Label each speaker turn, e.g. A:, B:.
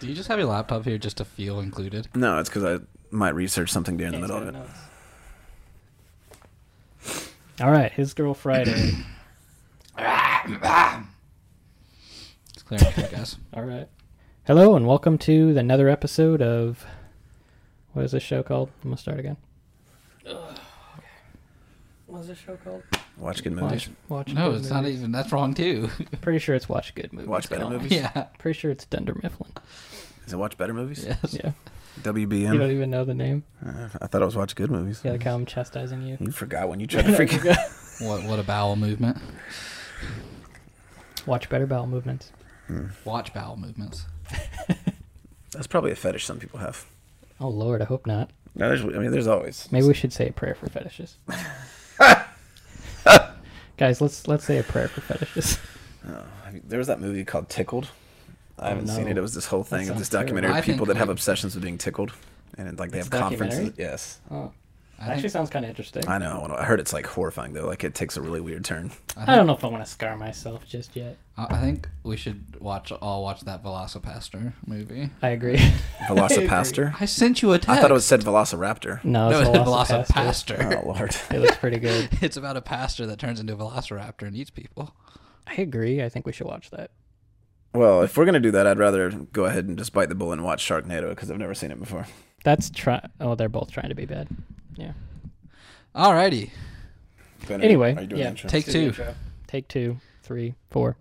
A: just have your laptop here just to feel included?
B: No, it's because I might research something during the middle of it.
C: All right, his girl Friday.
A: It's clear and clear, guys.
C: All right. Hello and welcome to another episode of what is this show called? I'm gonna start again. What's this show called?
B: Watch good movies.
C: Watch, watch
A: No,
C: Good
A: it's not
C: Movies.
A: even. That's wrong too.
C: Pretty sure it's Watch Good Movies.
B: Watch Better
C: Colin.
B: Movies.
A: yeah.
C: Pretty sure it's Dunder Mifflin.
B: Is it watch better movies?
A: Yes.
C: Yeah. You don't
B: WBM.
C: even know the name.
B: Uh, I thought I was watch good movies.
C: Yeah, like how I'm chastising you.
B: You forgot when you tried to freak.
A: What? What a bowel movement.
C: Watch Better Bowel Movements.
A: Watch bowel movements.
B: That's probably a fetish some people have.
C: Oh Lord, I hope not.
B: No, there's, I mean, there's always.
C: Maybe we should say a prayer for fetishes. Guys, let's let's say a prayer for fetishes.
B: There was that movie called Tickled. I haven't
C: no.
B: seen it. It was this whole thing of
C: sounds
B: this documentary
A: terrible.
B: of
A: I think
B: people that have
A: we-
B: obsessions with being tickled, and it, like they
C: It's
B: have
C: a
B: conferences.
C: documentary?
B: Yes,
C: Oh,
A: I
C: actually
A: think,
C: sounds kind of interesting.
B: I know. I heard it's like horrifying though. Like it takes a really weird turn.
C: I don't know if I want to scar myself just yet.
A: I I think we should watch. All watch that Velocipaster movie.
C: I agree.
B: Velocipaster.
A: I sent you a text.
B: I thought it was said Velociraptor.
C: No,
A: No,
C: it's
A: it's
C: no,
A: Velocipaster.
C: Velocipaster.
B: Oh lord.
C: It looks pretty good.
A: It's about a pastor that turns into a velociraptor and eats people.
C: I agree. I think we should watch that.
B: Well, if we're gonna do that, I'd rather go ahead and just bite the bullet and watch Sharknado because I've never seen it before.
C: That's try. Oh, they're both trying to be bad. Yeah.
A: Alrighty.
C: Anyway, yeah.
A: Take two.
C: Take two, three, four.